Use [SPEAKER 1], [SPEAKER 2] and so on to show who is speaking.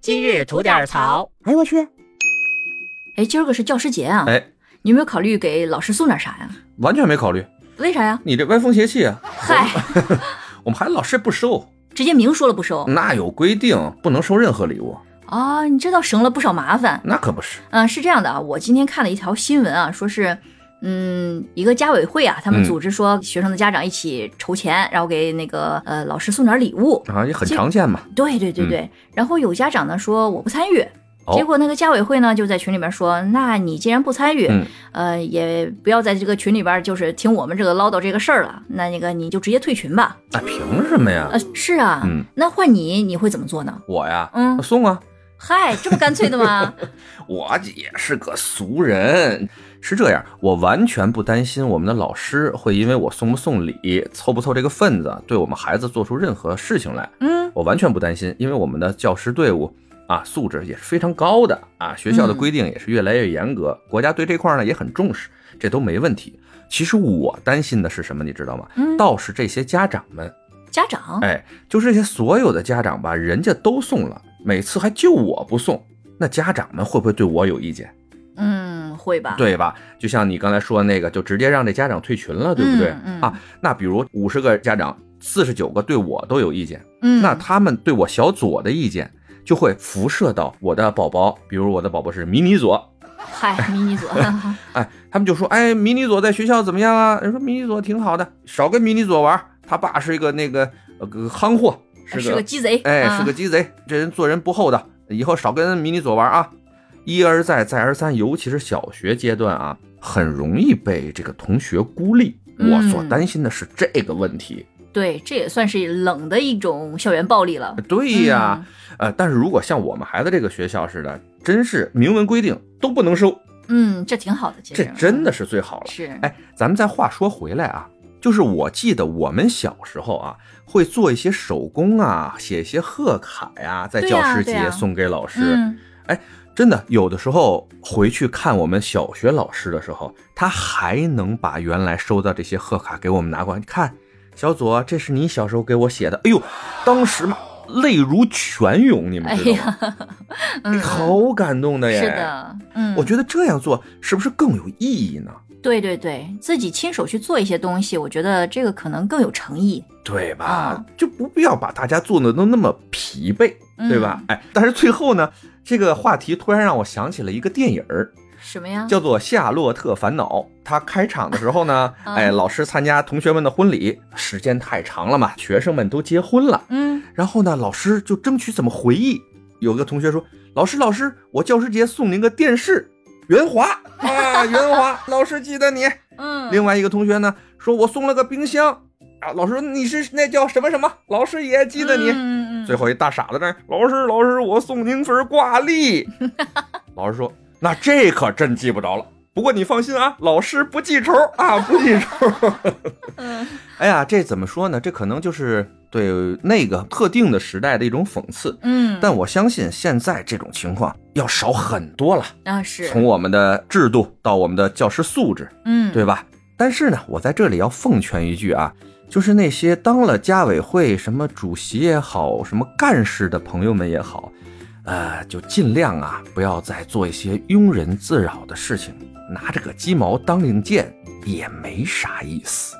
[SPEAKER 1] 今日吐点槽。
[SPEAKER 2] 哎呦我去，
[SPEAKER 3] 哎，今儿个是教师节啊，
[SPEAKER 4] 哎，
[SPEAKER 3] 你有没有考虑给老师送点啥呀？
[SPEAKER 4] 完全没考虑
[SPEAKER 3] 为啥呀？
[SPEAKER 4] 你这歪风邪气啊！
[SPEAKER 3] 嗨，哦
[SPEAKER 4] 我们还 老师不收，
[SPEAKER 3] 直接明说了不收
[SPEAKER 4] 那有规定不能收任何礼物，
[SPEAKER 3] 啊、你这倒省了不少麻烦。
[SPEAKER 4] 那可不是。
[SPEAKER 3] 嗯、是这样的啊，我今天看了一条新闻啊，说是，嗯，一个家委会啊，他们
[SPEAKER 4] 嗯
[SPEAKER 3] 组织说学生的家长一起筹钱，然后给那个呃老师送点礼物。
[SPEAKER 4] 啊，也很
[SPEAKER 3] 这
[SPEAKER 4] 常见嘛。
[SPEAKER 3] 对对对对，然后有家长呢说我不参与。
[SPEAKER 4] 嗯哦
[SPEAKER 3] 结果那个家委会呢就在群里面说，那你既然不参与，
[SPEAKER 4] 嗯
[SPEAKER 3] 呃，也不要在这个群里边就是听我们这个唠叨这个事儿了，那那个你就直接退群吧。
[SPEAKER 4] 那凭什么呀
[SPEAKER 3] 呃？，是啊，
[SPEAKER 4] 嗯
[SPEAKER 3] 那换你你会怎么做呢？
[SPEAKER 4] 我呀，
[SPEAKER 3] 嗯
[SPEAKER 4] 送啊，
[SPEAKER 3] 嗨，这么干脆的吗？
[SPEAKER 4] 我也是个俗人。是这样，我完全不担心我们的老师会因为我送不送礼、凑不凑这个份子，对我们孩子做出任何事情来。
[SPEAKER 3] 嗯，
[SPEAKER 4] 我完全不担心，因为我们的教师队伍啊素质也是非常高的啊，学
[SPEAKER 3] 嗯
[SPEAKER 4] 校的规定也是越来越严格，国家对这块儿呢也很重视，这都没问题。其实我担心的是什么，你知道吗？
[SPEAKER 3] 嗯
[SPEAKER 4] 倒是这些家长们，
[SPEAKER 3] 家长，
[SPEAKER 4] 哎，就是这些所有的家长吧，人家都送了，每次还就我不送，那家长们会不会对我有意见？
[SPEAKER 3] 嗯，会吧？，
[SPEAKER 4] 对吧？就像你刚才说的那个，就直接让这家长退群了，对不对？
[SPEAKER 3] 嗯嗯
[SPEAKER 4] 啊，那比如五十个家长，四十九个对我都有意见，
[SPEAKER 3] 嗯，
[SPEAKER 4] 那他们对我小左的意见就会辐射到我的宝宝，比如我的宝宝是迷你左，
[SPEAKER 3] 嗨，迷你 组，
[SPEAKER 4] 哎，他们就说，哎，迷你左在学校怎么样啊？人说迷你左挺好的，少跟迷你左玩，他爸是一个那个呃个夯货，是
[SPEAKER 3] 是个鸡贼，
[SPEAKER 4] 哎，
[SPEAKER 3] 啊
[SPEAKER 4] 是个鸡贼，这人做人不厚道，以后少跟迷你左玩啊。一而再，再而三，尤其是小学阶段啊，很容易被这个同学孤立。我所
[SPEAKER 3] 嗯
[SPEAKER 4] 担心的是这个问题。
[SPEAKER 3] 对，这也算是冷的一种校园暴力了。
[SPEAKER 4] 对哎呀、
[SPEAKER 3] 嗯
[SPEAKER 4] 呃，但是如果像我们孩子这个学校似的，真是明文规定都不能收，
[SPEAKER 3] 嗯，这挺好的，其
[SPEAKER 4] 这
[SPEAKER 3] 实
[SPEAKER 4] 真的是最好了。
[SPEAKER 3] 是，
[SPEAKER 4] 哎，咱们再话说回来啊，就是我记得我们小时候啊，会做一些手工啊，写一些贺卡呀、在
[SPEAKER 3] 对
[SPEAKER 4] 教
[SPEAKER 3] 呀
[SPEAKER 4] 师
[SPEAKER 3] 对
[SPEAKER 4] 节
[SPEAKER 3] 呀
[SPEAKER 4] 送给老师。
[SPEAKER 3] 嗯，
[SPEAKER 4] 真的，有的时候回去看我们小学老师的时候，他还能把原来收到这些贺卡给我们拿过来。你看，小左，这是你小时候给我写的。哎呦，当时嘛，泪如泉涌，你们
[SPEAKER 3] 哎
[SPEAKER 4] 知道吗？哎
[SPEAKER 3] 呀，嗯，
[SPEAKER 4] 好感动的耶！
[SPEAKER 3] 是，的，嗯，
[SPEAKER 4] 哎我觉得这样做是不是更有意义呢？
[SPEAKER 3] 对对对，自己亲手去做一些东西，我觉得这个可能更有诚意。
[SPEAKER 4] 对吧？
[SPEAKER 3] 啊
[SPEAKER 4] 就不必要把大家做的都那么疲惫，
[SPEAKER 3] 嗯
[SPEAKER 4] 对吧？哎，但是最后呢，这个话题突然让我想起了一个电影儿，
[SPEAKER 3] 什么呀？
[SPEAKER 4] 叫做《夏洛特烦恼》。他开场的时候呢，
[SPEAKER 3] 啊
[SPEAKER 4] 哎，老师参加同学们的婚礼，时间太长了嘛，学生们都结婚了。
[SPEAKER 3] 嗯，
[SPEAKER 4] 然后呢，老师就争取怎么回忆。有个同学说：“老师，老师，我教师节送您个电视，圆滑啊，圆滑，老师记得你。”
[SPEAKER 3] 嗯，
[SPEAKER 4] 另外一个同学呢，说我送了个冰箱啊，老师说你是那叫什么什么，老师也记得你。
[SPEAKER 3] 嗯嗯嗯
[SPEAKER 4] 最后一大傻子那儿，老师老师，我送您份挂 历。老师说那这可真记不着了，不过你放心啊，老师不记仇啊，不记仇。
[SPEAKER 3] 嗯
[SPEAKER 4] 哎呀，这怎么说呢？这可能就是对那个特定的时代的一种讽刺。
[SPEAKER 3] 嗯，
[SPEAKER 4] 但我相信现在这种情况要少很多了，
[SPEAKER 3] 啊是，
[SPEAKER 4] 从我们的制度到我们的教师素质，
[SPEAKER 3] 嗯
[SPEAKER 4] 对吧？但是呢，我在这里要奉劝一句啊，就是那些当了家委会什么主席也好，什么干事的朋友们也好，呃，就尽量啊，不要再做一些庸人自扰的事情，拿这个鸡毛当令箭也没啥意思。